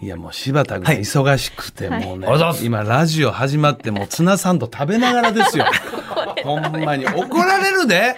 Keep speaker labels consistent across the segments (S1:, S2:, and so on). S1: いやもう柴田君忙しくて、もうね、
S2: ありがとうございます
S1: 今ラジオ始まってもうツナサンド食べながらです よほんまに怒られるで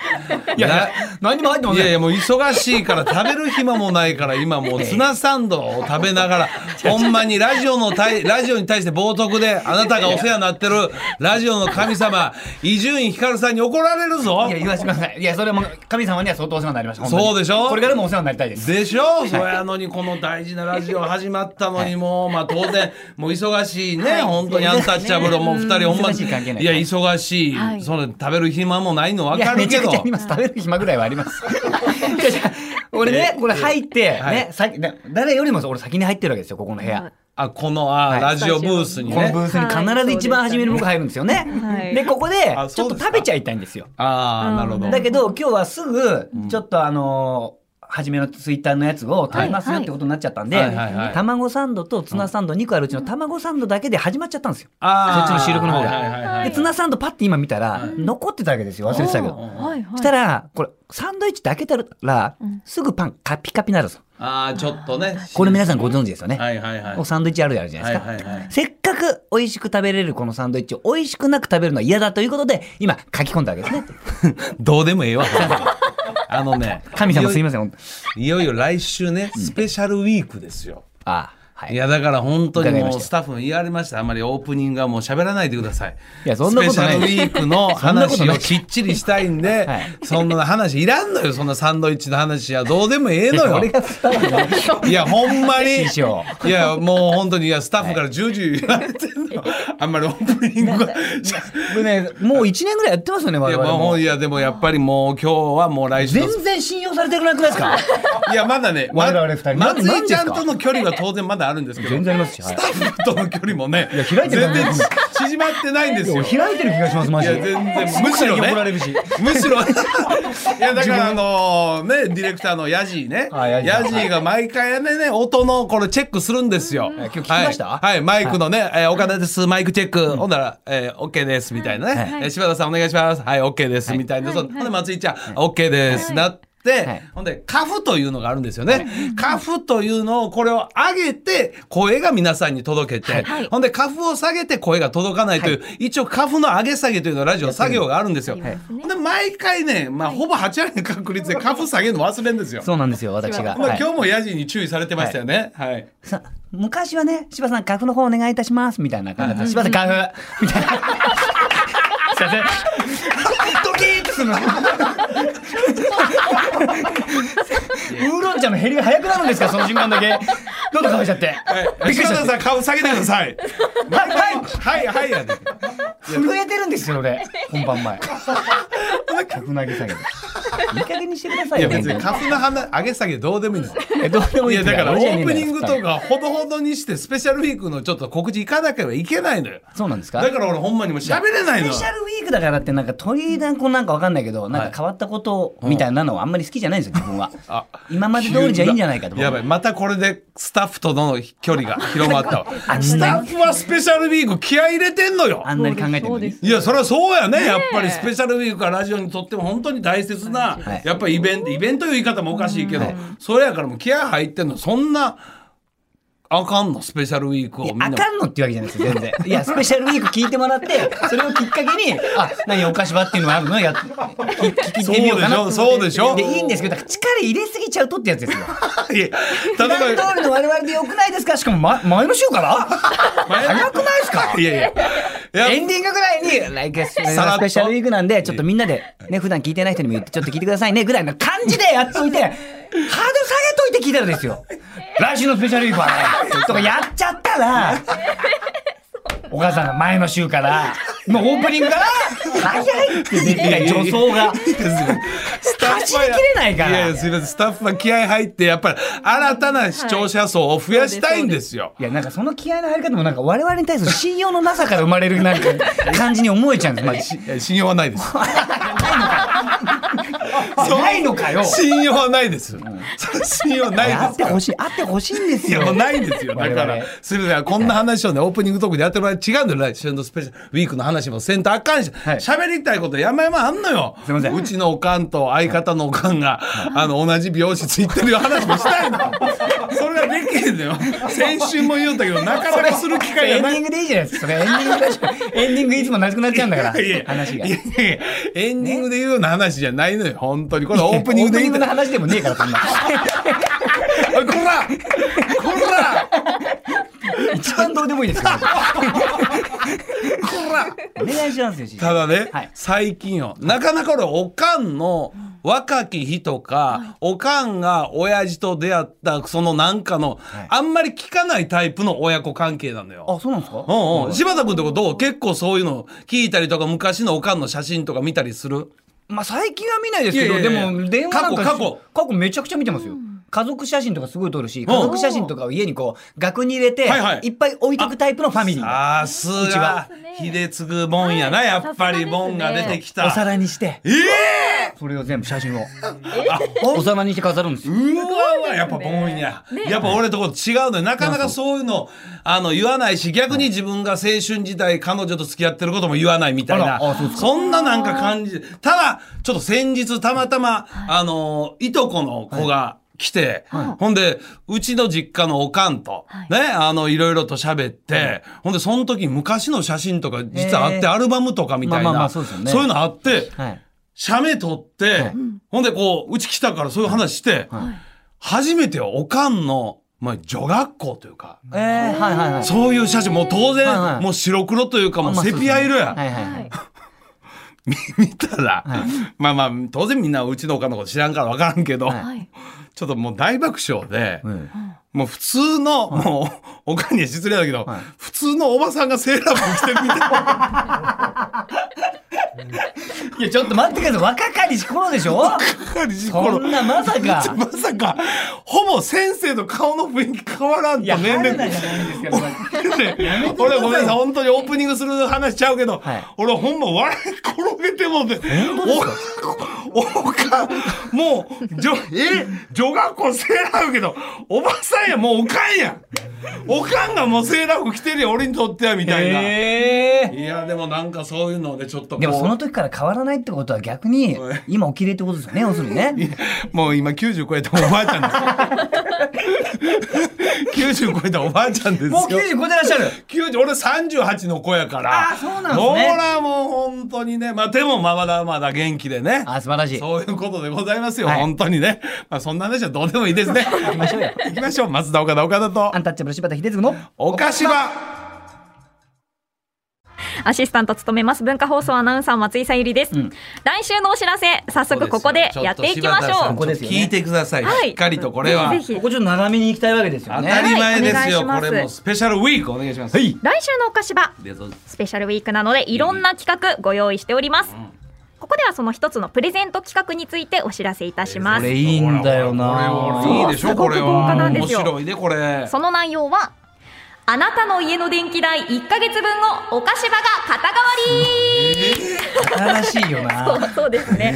S2: いやいや、何にも入ってま
S1: い
S2: せ
S1: やい
S2: ん。
S1: やもう忙しいから食べる暇もないから今もうツナサンドを食べな がらほんまにラジオのたいラジオに対して冒涜であなたがお世話になってるラジオの神様伊集院光さんに怒られるぞ
S2: いや、言わせてください。いや、それも神様には相当お世話になりました。本当に
S1: そうでしょ
S2: これからもお世話になりたいです。
S1: でしょそやのにこの大事なラジオ始まったのにもう、まあ当然もう忙しいね、
S2: い
S1: 本当にアンタッチャブルもう二人ほんま
S2: 忙しい関係ない
S1: や忙しい、
S3: はい
S1: その食べる暇もないの分か
S2: いや
S1: る
S2: め
S1: け
S2: ちゃく
S1: ど
S2: ちゃあります。食べる暇ぐらいはあります。いやいや俺ね、これ入って、
S1: はい
S2: ね、先ね誰よりも俺先に入ってるわけですよ、ここの部屋。
S1: あこのあ、
S2: はい
S1: ラジオブースに
S2: この
S1: ね
S2: ブースに必ず一番初めに僕入るんですよね。
S3: はい
S2: で、ここで
S1: あ、
S2: ち
S1: そ
S2: ょ
S1: う
S2: っ
S1: ですか
S2: と食べちゃいたいんですよ。
S1: ああなるほど、
S3: うん
S2: だけど、今日はすぐ、ちょっとあのー初めのツイッターのやつを食べますよってことになっちゃったんで、
S1: はいはいはい
S2: 卵サンドとツナサンド2個あるうちの卵サンドだけで始まっちゃったんですよ。
S1: あー
S2: そっちの収録の方が
S1: はいはいはいはい
S2: で、ツナサンドパッて今見たら、残ってたわけですよ。忘れてたけど。
S3: はいはい。
S2: したら、これ、サンドイッチだけたら
S3: うん、
S2: すぐパンカピカピになるぞ。
S1: ああちょっとね
S2: これ皆さんご存知ですよね。
S1: はいはいはい
S2: おサンドイッチあるあるじゃないですか。
S1: はいはいはい
S2: せっかく美味しく食べれるこのサンドイッチを美味しくなく食べるのは嫌だということで、今書き込んだわ けですね。
S1: どうでもええわほんまにあのね
S2: 神様すいません、本当
S1: いよいよ来週ねスペシャルウィークですよ、
S2: ああ、はい
S1: い、。やだから本当に
S2: 伺い
S1: も
S2: ました
S1: う
S2: よ
S1: スタッフも言われましたあんまりオープニングはもう喋らないでください
S2: いやそんなことな
S1: ス
S2: い
S1: ペシャルウィークの
S2: そんなこと
S1: 話
S2: な
S1: を
S2: い
S1: きっちりしたいんで
S2: はい
S1: そんな話いらんのよそんなサンドイッチの話はどうでもええのよ
S2: 俺が伝わるの
S1: いやほんまに
S2: 師匠
S1: いやもう本当にいやスタッフから重々言われてんの、あんまりオープニングが
S2: 僕ね、もう1年ぐらいやってますよね、
S1: い
S2: 我
S1: や
S2: 々
S1: まあも
S2: も
S1: う。いやでもやっぱりもう今日はもう来週の
S2: 全然信用されてくなくないで すか
S1: いやまだねま
S2: 我々二人
S1: 松井ちゃん
S2: 何ですか
S1: との距離は当然まだあるんですけど
S2: 全然ありますよは
S1: ス
S2: い
S1: タッ フとの距離もね
S2: いや開いてる
S1: 全然ち縮まってないんですよ
S2: 開いてる気がします、マ
S1: い
S2: ジ
S1: や
S2: で。
S1: 全然むしろね
S2: 怒られるし
S1: むし ろいやだからあのねディレクターのヤジーね
S2: あヤジー
S1: ヤジーが毎回ねね音のこれチェックするんですよ
S2: 今日聞きました
S1: はいはいマイクのねえー「岡田ですマイクチェック」ほんならえー「OK です」みたいなね
S3: はい
S1: えー「柴田さんお願いします」はい「OK です」みたいな
S3: はい
S1: そう
S3: はい
S1: ほんで松井ちゃん「OK です」なって
S2: はい
S1: ほんでカフというのがあるんですよねカフというのをこれを上げて声が皆さんに届けて
S3: はい
S1: ほんでカフを下げて声が届かないという一応カフの上げ下げというのはラジオ作業があるんですよ
S3: はいはい
S1: ほんで毎回ね、まあ、ほぼ8割の確率でカフ下げるの忘れんですよ。
S2: そうなんですよ、私が。
S1: ま
S2: は
S1: あ、
S2: い
S1: 今日もヤジに注意されてましたよね。はい。
S2: さ昔はね、柴さん、花粉の方お願いいたします、みたいな感じだった。柴さん、花粉 みたいな。すいません。ドキッとするの。ウーロン茶の減りが早くなるんですか、その瞬間だけ。どんどん乾いちゃって。
S1: はい。
S2: びっくりし
S1: 柴田
S2: た。
S1: さん、カフ下げてください。
S2: はい、はい。
S1: はい、はい、やで。
S2: 震えてるんですよ、俺。本 番前。花粉投げ下げて。いい加減にしてくださ
S1: い
S2: い
S1: や、
S2: よ。
S1: 別に
S2: 本
S1: カフの花上げ下げどうでもいいんですよ。
S2: 当にえどうでも
S1: い
S2: いい
S1: や、
S2: って
S1: だから、オ
S2: 俺じゃね
S1: ー
S2: えん
S1: プ
S2: だ
S1: ニ
S2: よ
S1: ングとか、ほどほどにして、スペシャルウィークのちょっと告知行かなければいけないのよ。
S2: そうなんですか
S1: だから、俺、ほんまにもう喋れないのよ。
S2: スペシャルウィークだからってなんか鳥だんこなんかわかんないけどなんか変わったことみたいなのはあんまり好きじゃないんですよ自分は
S1: あ
S2: 今まで通りじゃいいんじゃないかと
S1: やばいまたこれでスタッフとの距離 が広まったわスタッフはスペシャルウィーク気合い入れてんのよ
S2: あんなに考えてる
S3: そ
S2: の
S3: う
S2: に
S3: で
S2: い
S3: す
S1: いやそれはそうやねやっぱりスペシャルウィークはラジオにとっても本当に大切な、
S2: はい
S1: やっぱりイベントイベントという言い方もおかしいけど、それやからもう気合入ってんのそんなあかんのスペシャルウィークをみ
S2: や
S1: んな
S2: あかんのっていうわけじゃないですよ全然いやスペシャルウィーク聞いてもらってそれをきっかけにあ何お菓子場っていうのがあるのやっ聞聞いてみようかなと思って
S1: そうでしょそうでしょ
S2: いいんですけどだから力入れすぎちゃうとってやつですよ
S1: いや
S2: 普段
S1: 例えば
S2: 通りの我々でよくないですかしかも、ま、前の週から早くないですか
S1: いやいやい
S2: エ
S1: や
S2: ンディングぐらい に、来月ス
S1: さらっと
S2: ペシャルウィークなんで、ちょっとみんなで、ね、普段聞いてない人にも言って、ちょっと聞いてくださいね、ぐらいの感じでやっといて、ハードル下げといて聞いたらですよ。 来週のスペシャルウィークはね、とかやっちゃった ら、お母さんが前の週から、もうオープニングから、早いってね、一回助走が。
S1: スタッフは
S2: 走りきれないから
S1: いやいやすいませんスタッフは気合入ってやっぱり新たな視聴者層を増やしたいんですよ、
S2: いや、なんかその気合の入り方も、なんか我々に対する信用のなさから生まれる、なんか、感じに思えちゃうんです。まあし
S1: いや信用はないです。
S2: ないのかよ。
S1: 信用はないです。それ信用ない
S2: あ
S1: で
S2: っ
S1: す
S2: て
S1: から
S2: ほしい、あってほしいんです
S1: いや
S2: よ。
S1: もうないんですよ。だか
S2: 我
S1: ら
S2: 々、
S1: すみません、こんな話をね、オープニングトークでやってる場合違うんだよ、来週のスペシャルウィークの話もせんとあかんし、
S2: い
S1: 喋、りたいこと山々あんのよ。
S2: すいません
S1: うちのおかんと相方のおかんが、あの、同じ美容室行ってるよ話もしたい の。それができへんのよ。先週も言うんだけど、なかなかする機会
S2: エン
S1: が
S2: デ
S1: な
S2: ィ
S1: い
S2: ン。グでいいじゃないですか。それエンディングだし、エンディングいつもなくなっちゃうんだから
S1: いやいや、
S2: 話が
S1: い。やいやいやエンディングで言うような話じゃないのよ、本当に。これオープニングで
S2: オ
S1: 言う
S2: の話でもねえから、そんな。
S1: おいこらこら
S2: 一番どうでもいいですから。
S1: こら
S2: お願いしますよ、し
S1: ただね、
S2: はい
S1: 最近よなかなか俺おかんの若き日とか、おかんが親父と出会ったそのなんかの、
S2: い
S1: あんまり聞かないタイプの親子関係なのよ。
S2: あ、そうなんですか
S1: うんうん、
S2: はい
S1: 柴田君ってことどう結構そういうの聞いたりとか昔のおかんの写真とか見たりする
S2: まあ最近は見ないですけ
S1: いや
S2: ど、
S1: いや
S2: で
S1: いや
S2: も電話なんか
S1: 過去過去
S2: 過去めちゃくちゃ見てますよ。家族写真とかすごい撮るし、家族写真とかを家にこう、額に入れて
S1: はいはい、
S2: いっぱい置いとくタイプのファミリー。
S1: さすが秀次もんやな、
S3: はい
S1: やっぱりもんが出てきた
S2: お皿にして、
S1: ええ
S2: それを全部写真を。
S1: あほん
S2: お皿にして飾るんですよ。
S1: うわわ、やっぱボンや。やっぱ俺とこ違うのよ。なかなかそういうの、あの、言わないし、逆に自分が青春時代、彼女と付き合ってることも言わないみたいな
S2: あらあそうで。す
S1: そんななんか感じ。ただ、ちょっと先日たまたま、あの、いとこの子が、来て、ほんで、うちの実家のおかんと、ね、あの、いろいろと喋って、ほんで、その時昔の写真とか実はあっ
S2: へ
S1: て、
S2: ー
S1: アルバムとかみたい
S2: まあまあま
S1: な、
S2: あそうですよね
S1: そういうのあって、
S2: はい。
S1: 写メ撮って、
S2: い
S1: ほんでこう、うち来たからそういう話して、初めてはおかんの、まあ、女学校というか、
S2: えー、はいはいはい。
S1: そういう写真、もう当然、
S2: はいはい
S1: もう白黒というか、もう
S2: まあ
S1: セピア色や。
S2: はいはいは
S3: はいい。
S1: 見たら、まあまあ、当然みんなうちのおかんのこと知らんからわからんけど、
S2: はい
S3: はい。
S1: ちょっともう大爆笑で、
S2: うん
S1: もう普通の、もう、おかんには失礼だけど、
S2: はい
S1: 普通のおばさんがセーラー服着てるみたいな。
S2: いや、ちょっと待ってください。若かりし頃でしょそんなまさか。
S1: まさか、ほぼ先生の顔の雰囲気変わらん
S2: い
S1: と
S2: や、
S1: 年
S2: 年
S1: 齢
S2: 齢じゃないんですけど。い
S1: ね 俺ごめんなさい本当にオープニングする話しちゃうけど、
S2: はい
S1: 俺ほんま笑い転げてもうておおかもうじょえ女学校セーラー服けどおばさんやもうおかんやんおかんがもうセーラー服着てるよ俺にとってはみたいな、いやでもなんかそういうのでちょっとこう
S2: でもその時から変わらないってことは逆に
S1: はい
S2: 今起きれってことですよね要するにね
S1: もう今90超えたおばあちゃ んですよ90超えたおばあちゃんですよ
S2: もう90超えてらっしゃる
S1: 90俺38の子やから
S2: あーそうなんですね
S1: ほらもう本当にねまあでもまだまだ元気でね
S2: あ素晴らしい
S1: そういうことでございますよ、
S2: はい
S1: 本当にねまあそんな話はどうでもいいですね行き
S2: ましょうよ
S1: きましょう松田岡田岡田と
S2: アンタッチャブル柴田秀嗣の
S1: 岡島
S3: アシスタント務めます文化放送アナウンサー松井さゆりです、来週のお知らせ早速ここでやっていきましょ
S2: ここ
S3: う
S2: ですよね
S1: 聞いてください、
S3: はい
S1: しっかりとこれは
S3: ぜひぜ
S2: ここちょっと長めに行きたいわけですよ
S1: 当
S2: ね
S1: たり前ですよ、
S3: はいお願いします
S1: これもスペシャルウィークお願いしますはい
S3: 来週のお菓子場
S1: でどうぞ
S3: スペシャルウィークなのでいろんな企画ご用意しております、ここではその一つのプレゼント企画についてお知らせいたしま
S2: こ
S3: す
S2: れいいんだよ
S1: こ
S2: な
S1: れはいいでしょ
S3: そう
S1: これ
S3: すごく豪華
S1: は
S3: なん
S1: 面
S3: ですよ
S1: 白いねこれ
S3: その内容はあなたの家の電気代1ヶ月分をお菓子場が肩代わ
S2: 新しいよ
S3: り、
S2: な
S3: そうそうですね、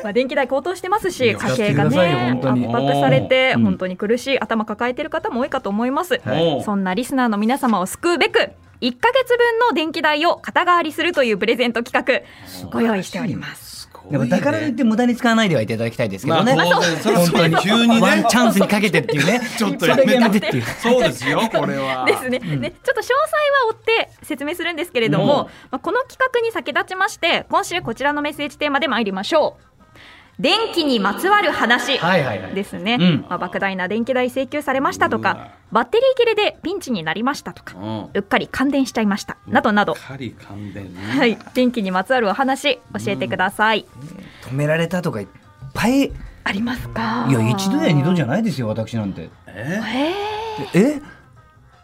S1: え
S3: まあ、電気代高騰してます
S1: い
S3: し
S1: や
S3: 家計が
S2: やってくださいよ
S3: ね
S2: 本当
S3: 圧
S2: に
S3: 迫されて
S2: うん
S3: 本当に苦しい頭抱えてる方も多いかと思います、
S1: はい
S3: そんなリスナーの皆様を救うべく1ヶ月分の電気代を肩代わりするというプレゼント企画ご用意しております
S1: すごい
S2: でもだからといって無駄に使わないではいただきたいですけどね
S1: まあ当然それはそうです急にね
S2: ワンチャンスにかけてっていうね
S1: ちょっとや
S2: や
S1: めて
S2: めてっていう
S1: そうですよこれは
S3: ですね、でちょっと詳細は追って説明するんですけれども、
S1: うん
S3: まあ、この企画に先立ちまして今週こちらのメッセージテーマで参りましょう電気にまつわる話
S2: はいはいはい
S3: ですね、
S2: うん
S3: まあ、莫大な電気代請求されましたと
S1: うわ
S3: かバッテリー切れでピンチになりましたとか、
S1: う
S3: うんっかり感電しちゃいましたなどなど、
S1: 狩り関連ね
S3: はい、電気にまつわるお話教えてください、
S2: 止められたとかいっぱいい
S3: ありますか
S2: や一度や二度じ
S3: ゃ
S2: ゃないですよ私なんて
S1: え
S2: え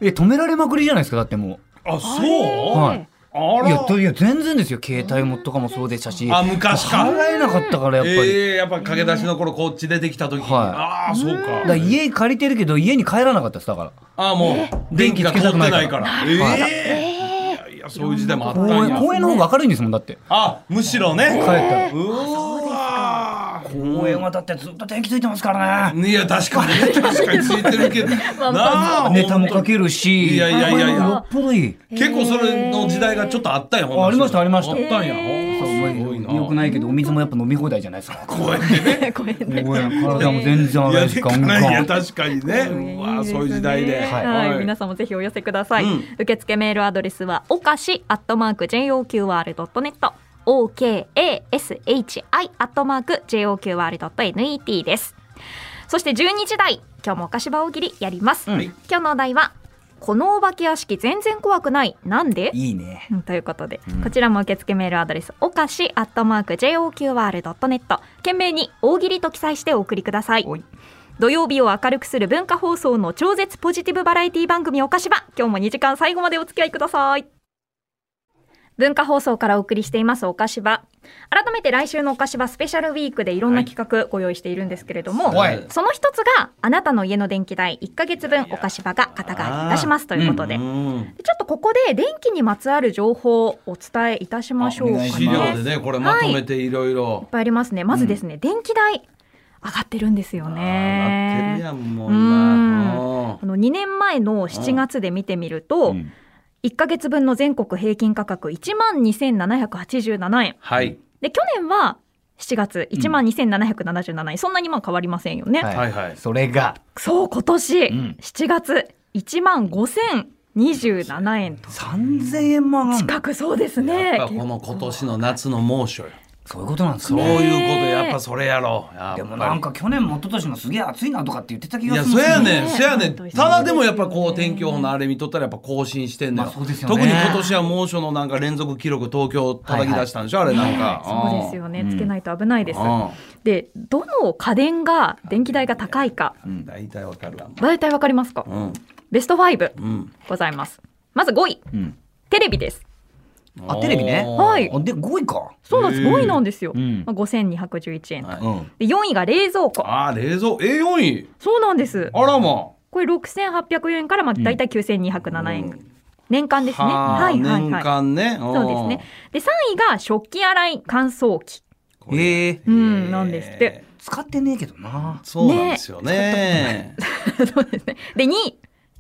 S2: え止められまくりじゃないですかだっても
S1: あそう、
S2: はい
S1: あ
S2: ういやと
S1: ら
S2: いや全然ですよ携帯もとかもそうでしたし
S1: あ昔か
S2: 払えなかったからやっぱり、
S1: ええやっぱり駆け出しの頃こっち出てきた時に、
S2: はい
S1: ああそう
S2: だから
S1: か
S2: 家借りてるけど家に帰らなかったですだから
S1: ああもう電気が通ってないからえ
S2: ないから
S1: えいやいやそういう時代もあった
S2: 公
S1: ん
S2: 園
S1: や
S2: 公園の方が明るいんですもんだって
S1: あむしろね
S2: 帰ったら
S1: うわ
S2: 公園はだってずっと電気ついてますからね。
S1: いや確かに ね確かについてるけど
S3: まあ
S1: なあ
S2: ネタもか
S1: る
S2: けるし。
S1: いやいやいやいや
S2: よっぽどいい。
S1: 結構それの時代がちょっとあったよほんな
S2: あありましたありました
S1: あったんや
S2: そう
S1: すごいな
S2: よくないけどお水もやっぱ飲み放題じゃないですか。
S1: 公園 でね
S3: ごめんね
S2: 公園体も全然
S1: い
S2: 洗
S1: や
S2: い
S1: で
S2: 時
S1: か
S2: 間
S1: ないいや
S2: が。
S1: 確かにねうわそういう時代で
S3: はい、皆さんもぜひお寄せください、
S1: うん
S3: 受付メールアドレスはおかしアットマーク JOQR.net OKASHI アットマーク JOQR.net ですそして12時台今日もお菓子場大喜利やります、
S1: はい
S3: 今日のお題はこのお化け屋敷全然怖くないなんで
S2: いいね。
S3: うんということで、こちらも受付メールアドレスおかしアットマーク JOQR.net 懸命に大喜利と記載してお送りください
S2: おい
S3: 土曜日を明るくする文化放送の超絶ポジティブバラエティ番組おかしば今日も2時間最後までお付き合いください文化放送からお送りしていますおかしば改めて来週のおかしばスペシャルウィークでいろんな企画ご用意しているんですけれども、
S2: はい
S3: その一つがあなたの家の電気代1ヶ月分おかしばが肩代わりいたしますということで、
S1: うん
S3: でちょっとここで電気にまつわる情報をお伝えいたしましょうか
S2: あお願い
S1: 資
S2: しま
S1: 料
S2: す
S3: ね。
S1: で
S3: いっ
S1: ねこれまとめていろいろ
S3: ぱいありますね。まずですね、電気代上がってるんですよ
S1: なってる
S3: ね。
S1: やんもう
S3: うん
S1: 今
S3: あの2年前の7月で見てみると、
S2: うん
S3: 1ヶ月分の全国平均価格1万2787円。
S1: はい
S3: で、去年は7月1万2777円、そんなにまあ変わりませんよね。
S2: はい
S1: はいはい
S2: それが
S3: そう、今年
S2: ん
S3: 7月1万5027円と。
S2: 三千円も上がるの。
S3: 近くそうですね。
S1: やっぱこの今年の夏の猛暑よ
S2: そういうことなんです
S1: そう
S2: ね。
S1: いうことやっぱそれやろやっぱり
S2: でもなんか去年も一昨年もすげえ暑いなとかって言ってた気
S1: い
S2: が
S1: や
S2: す
S1: そ
S2: るんですよ
S1: や
S2: ね
S1: ねんそやねん
S3: 本当に
S1: ただでもやっぱこう天気予報のあれ見とったらやっぱ更新してんのよ,、
S2: まあそうですよね
S1: 特に今年は猛暑のなんか連続記録東京叩き出したんでしょ、あれなんか、
S3: そうですよね。つけないと危ないです。
S1: うん
S3: で、どの家電が電気代が高いか、
S1: うん大体わかるわも
S3: 大体わかりますか、
S1: ううん
S3: ベスト5
S1: うん
S3: ございます。まず5位、
S2: うん
S3: テレビです。
S2: あテレビね
S1: おー
S3: はい
S2: あで五位か。
S3: そうなんです。
S1: へー
S3: 5位なんですよ。
S2: うん
S3: まあ、5211円と。
S1: はい
S2: うん。
S3: で、4位が冷蔵庫。
S1: あー冷蔵 A4 位
S3: そうなんです。
S1: あらま
S3: これ6800円からまあ大体9207円、
S1: うん
S3: 年間ですね。
S1: はあ
S3: はいはい
S1: 年
S3: はい。
S1: 間ね
S3: そうですね。で、3位が食器洗い乾燥機。
S2: へえ
S3: うん、なんですって。
S2: 使ってねえけどな。
S1: そうなんですよね
S3: そうですね。で、2位、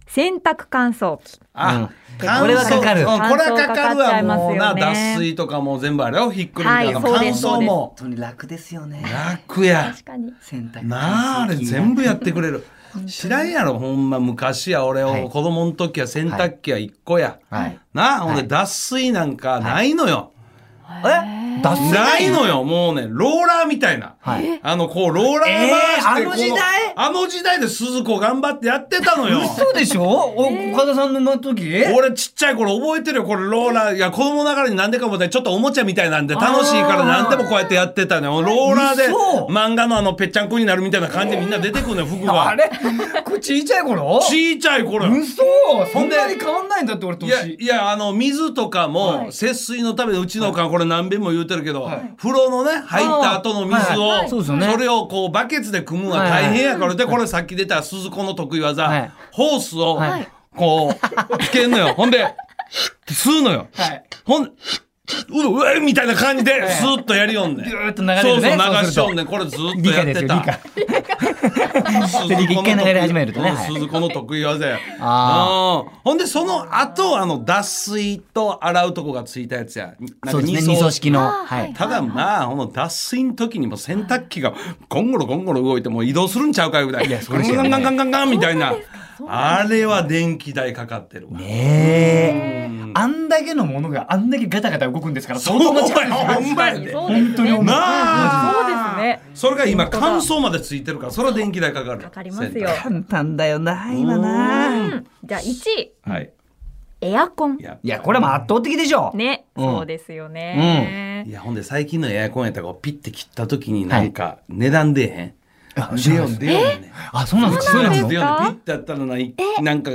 S3: 洗濯乾燥機。
S1: あ、
S2: これはかかる
S1: うんこれはかかる
S3: 乾燥かかっちゃ
S1: わ
S3: いますよ
S1: も
S3: ね
S1: うな脱水とかも全部あれよひっくるめたの
S3: はいそう
S1: 乾
S3: です
S1: 燥も
S2: 本当に楽ですよね。
S1: 楽や
S3: かに。
S2: 洗濯
S1: なああれ全部
S2: 部
S1: やってくれる知らんやろほんま昔や俺
S2: はい
S1: を子供の時は洗濯機は1個や、
S2: はい
S1: なあほんで脱水なんかないのよ、
S2: え脱水
S1: ないのよもうねローラーみたいな、
S2: はい
S1: あのこうローラー回して、
S2: えーあの時代
S1: このあの時代で鈴子頑張ってやってたのよ
S2: 嘘でし ょお岡田さんの時
S1: 俺ちっちゃい頃覚えてるよこれローラーいや子供ながらに何でかもねちょっとおもちゃみたいなんで楽しいから何でもこうやってやってたのよローラーで
S2: 嘘
S1: 漫画のあのぺっちゃんこになるみたいな感じでみんな出てくるのよ服が
S2: あれこれ小さい頃
S1: ちいちゃい頃よ
S2: 嘘そんなに変わんないんだって俺
S1: いや
S2: 年
S1: いやあの水とかも節水のためでうちのおかんこれ何遍も言うてるけど、
S2: はい
S1: 風呂のね入った後の水を、
S2: はいはいそうですよね
S1: それをこうバケツで汲むのは大変やから、でこれさっき出た鈴子の得意技、
S2: はい
S1: ホースを
S2: はい
S1: こうつけんの よほんで吸うのよ、
S2: はい
S1: ほんううえみたいな感じでスーッとやりよんねん
S2: ビューッと流れるね
S1: そうそう
S2: そう
S1: 流
S2: すると
S1: しよんねんこれずーっと
S2: 理
S1: や
S2: 科
S1: っ
S2: です
S1: て
S2: よ理
S1: た鈴子の
S2: 科一回流れ始めるとね
S1: うん
S2: はい
S1: 鈴子の得意技や。
S2: あ
S1: うんほんで、その後、あの、脱水と洗うとこがついたやつや。なんか
S2: そうですね二層式のはい
S1: ただまあ、この脱水の時にも洗濯機がゴンゴロゴンゴロ動いてもう移動するんちゃうかいうぐらい。
S2: いやそうですよ
S1: ガン
S2: ね
S1: ガンガンガンガンみたいな。あれは電気代かかってるわ。
S2: ねえあんだけのものがあんだけガタガタ動くんですから
S1: そう
S2: 相当な
S1: や、ほんまや
S3: 確かに
S1: で。
S3: そうですね
S2: 本当に思う
S1: な
S3: そう
S1: あ
S3: ですね。
S1: それが今乾燥までついてるから、それは電気代かかる。
S3: かかりますよ
S1: 洗
S2: 簡単だよな今な
S3: うんじゃあ1位、
S1: 濯はい。
S3: エアコン。
S1: やっぱ
S2: いやこれはもう圧倒的でしょ
S3: ね、
S2: うん
S3: そうですよね。
S1: いやほんで最近のエアコンやったらこうピッて切った時になんか値段出へん、
S2: あ
S1: 出よん出よんね
S2: あそうなんですかそうなん
S1: 出
S2: です
S1: よん
S2: か
S1: ねピ
S3: そうなんですか
S1: ッてやったらないなんか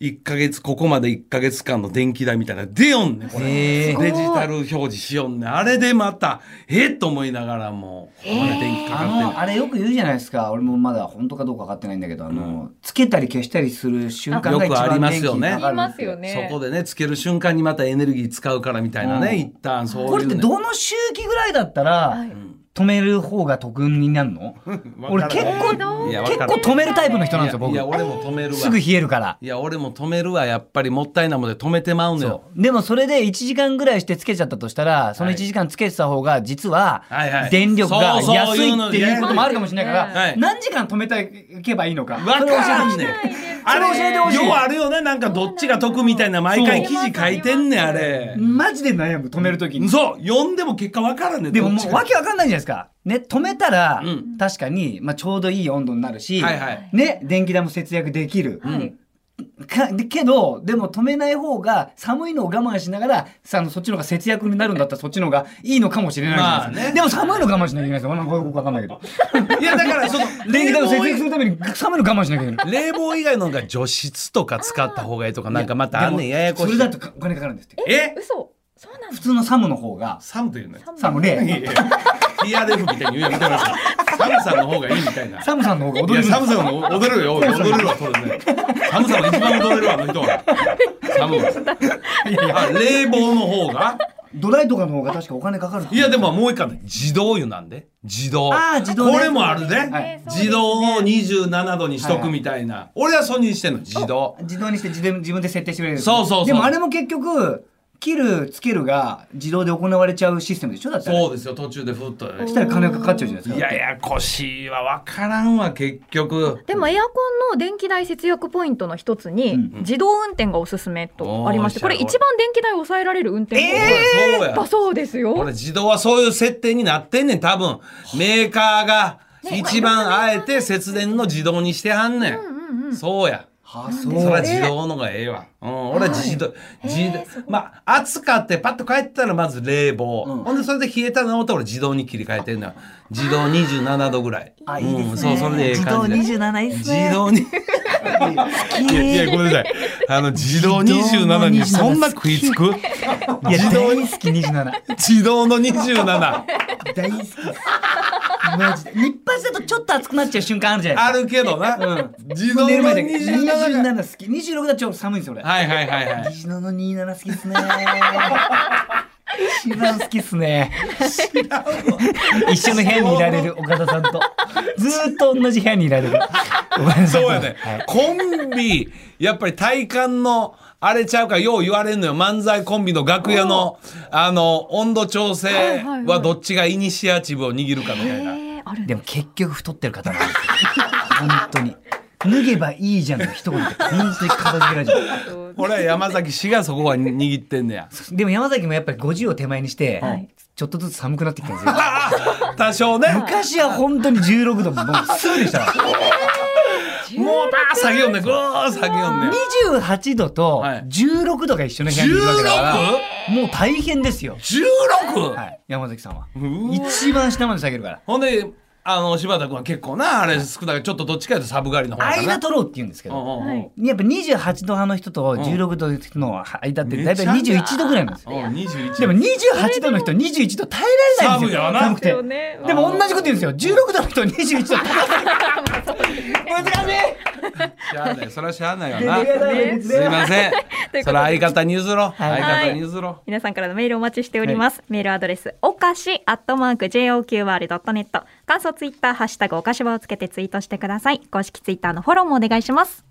S1: 1か月ここまで1か月間の電気代みたいな出よんねこれ
S2: へ
S1: デジ
S2: ー
S1: タル表示しよんねあれでまたえっと思いながらもここまで電気かか
S2: あ
S1: ってんの
S2: のあれよく言うじゃないですか俺もまだ本当かどうか分かってないんだけどあの、つけたり消したりする瞬間が一
S1: よくあり
S2: 番
S1: ま
S2: 電
S1: す
S2: 気
S1: よね
S2: にか
S3: 言
S2: か
S3: い
S2: る
S3: ますよね。
S1: そこでねつける瞬間にまたエネルギー使うからみたいなね、
S2: うん
S1: 一旦そういう、ね、
S2: これってどの周期ぐらいだったら、
S3: はい
S1: ん
S2: 止める方が得になるの 俺結構
S1: わかるわいやわ
S2: 結
S1: かる
S2: 構止めるタイプの人なんですよ
S1: い
S2: 僕
S1: や俺も止めるわ
S2: すぐ冷えるから
S1: いや俺も止めるわやっぱりもったいないもんで止めてまうのよ
S2: でもそれで1時間ぐらいしてつけちゃったとしたらその
S1: は
S2: 1
S1: い
S2: 時間つけてた方が実は
S1: はいはい
S2: 電力が
S1: そう
S2: 安
S1: そういう
S2: い
S1: の
S2: っていうこともあるかもしれないか
S1: は
S2: ら
S1: い
S2: 何時間止めていけばいいのか
S1: わ
S2: それ
S1: からん
S2: 教え
S1: ねん
S2: てほしい
S1: あれ
S2: それ教えてほしい
S1: ようあるよねなんかどっちが得みたいな毎回記事書いてんねんあれ
S2: マジで悩む止めるときに
S1: そう読んでも結果わからんねん
S2: でも
S1: どっ
S2: も
S1: ち
S2: う
S1: が
S2: わけわかんないじゃないですかね止めたら
S1: うん
S2: 確かにまあちょうどいい温度になるし
S1: はいはい
S2: ね電気代も節約できる
S1: ん
S2: かでけどでも止めない方が寒いのを我慢しながらさあのそっちの方が節約になるんだったらそっちの方がいいのかもしれないじゃないですか
S1: まあね
S2: でも寒いの我慢しなきゃいけないですよなんかよくわかんないけど
S1: いやだからその
S2: 電
S1: 冷
S2: 気代を節
S1: 房
S2: 約す
S1: 以
S2: るために寒いの我慢しなきゃいけない
S1: 冷房以外のが除湿とか使った方がいいとかなんかまたあんねん
S2: で
S1: や
S2: も
S1: やこし
S2: そ
S1: い
S2: れだとかお金かかるんですって
S1: え
S3: 嘘そうなんで
S2: 普通の寒の方が
S1: サムと いうのよ
S2: 寒ね
S1: TRF みたいに言うやめてくださいサムさんの方がいいみたいな
S2: 寒さんの方が
S1: い
S2: 踊れ
S1: や
S2: る
S1: サムさんの踊れるよ踊れるわそれねサムさんが一番踊れるわあの人はサム はあ冷房の方が
S2: ドライとかの方が確かお金かかるって
S1: いやでももう一回ね自動湯なんで自動
S2: あー自動ね
S1: これもあるね、
S2: はい
S1: 自動を27度にしとくみたいな、俺はそれにしてんの自動
S2: 自動にして自分自分で設定してくれる
S1: そうそうそう
S2: でもあれも結局切るつけるが自動で行われちゃうシステムでしょだってあれ
S1: そうですよ途中でふっとね
S2: そしたら金がかかっちゃうじゃないですか
S1: いややこしいわ分からんわ結局
S3: でもエアコンの電気代節約ポイントの一つに、
S2: うん
S3: 自動運転がおすすめとありまして
S1: おー
S3: これ一番電気代を抑えられる運転
S2: え
S3: 法
S1: そうや
S3: だそうですよ
S1: 俺自動はそういう設定になってんねん多分メーカーが一番あえて節電の自動にしてはんねん、そうや
S2: はあそう
S1: そら自動のがええわ。うん、俺は自動、自動、まあ、暑かってパッと帰ったらまず冷房。
S2: ん
S1: ほんで、それで冷えたのって俺自動に切り替えてんのよ。自動27度ぐらい。
S2: あいいですね
S1: うん、そう、それでええ感じで。
S2: 自動27いいっすね
S1: 自動に。いや、いや、ごめんなさい。あの、自動27にそんな食いつく
S2: いや
S1: 自動
S2: 大好き27
S1: 自動の27。
S2: 大好きですマジで日発だとちょっと熱くなっちゃう瞬間あるじゃない
S1: あるけどな。
S2: う
S1: 自
S2: です
S1: 動
S2: か
S1: の
S2: 寝るまで
S1: 27が。
S2: 27好き26だとちょっと寒いんですよ俺
S1: はいはいはいはい。
S2: 西野の27好きっ すね一番好きっすね一緒の部屋にいられる岡田さんとずーっと同じ部屋にいられる岡田さん
S1: そうやね、
S2: はい
S1: コンビやっぱり体感のあれちゃうからよう言われんのよ漫才コンビの楽屋のあの温度調
S3: はい
S1: 整
S3: はい
S1: は
S3: は
S1: いどっちがイニシアチブを握るかみたいな。
S3: えーある
S2: でも結局太ってる方なんですよ本当に脱げばいいじゃんの一言で本当に片付けられちゃ
S1: 俺は山崎氏がそこは握ってんねや。
S2: うでも山崎もやっぱり50を手前にして、ちょっとずつ寒くなってきたんですよ
S1: あ多少ね。
S2: 昔は本当に16度もうすぐで したわ
S1: もうばー下げよんね。ぐー下げよんね。
S2: 28度と
S1: はい
S2: 16度が一緒の部屋にいるわけだから、
S1: 16?16?
S2: もう大変ですよ。はい、山崎さんは。一番下まで下げるから。
S1: ほんであの柴田君は結構なあれ少ないちょっとどっちかというとサブ狩りの方かな
S2: 間。取ろうって言うんですけ
S1: うん
S2: ど、
S1: うんうん
S3: はい
S2: やっぱ28度派の人と16度の人の間ってだいたい
S1: めちゃ
S2: 21度ぐらいなんですよ。
S1: うん21
S2: でも28度の人21度耐えられないんですよ。
S1: 寒いよな
S2: 寒くて
S3: よ。ね
S2: でも同じこと言うんですよ。16度の人21度耐えられない。難し
S1: しゃあないそれはしゃあないわ
S2: い
S1: な。
S2: ね
S1: すいません。
S3: で
S1: それ相方に譲ろう。
S2: はい
S1: 相方に譲ろ
S3: 皆さんからのメールお待ちしております。メールアドレス、おかし、アットマーク、JOQR.net。感想ツイッター、ハッシュタグ、おかしばをつけてツイートしてください。公式ツイッターのフォローもお願いします。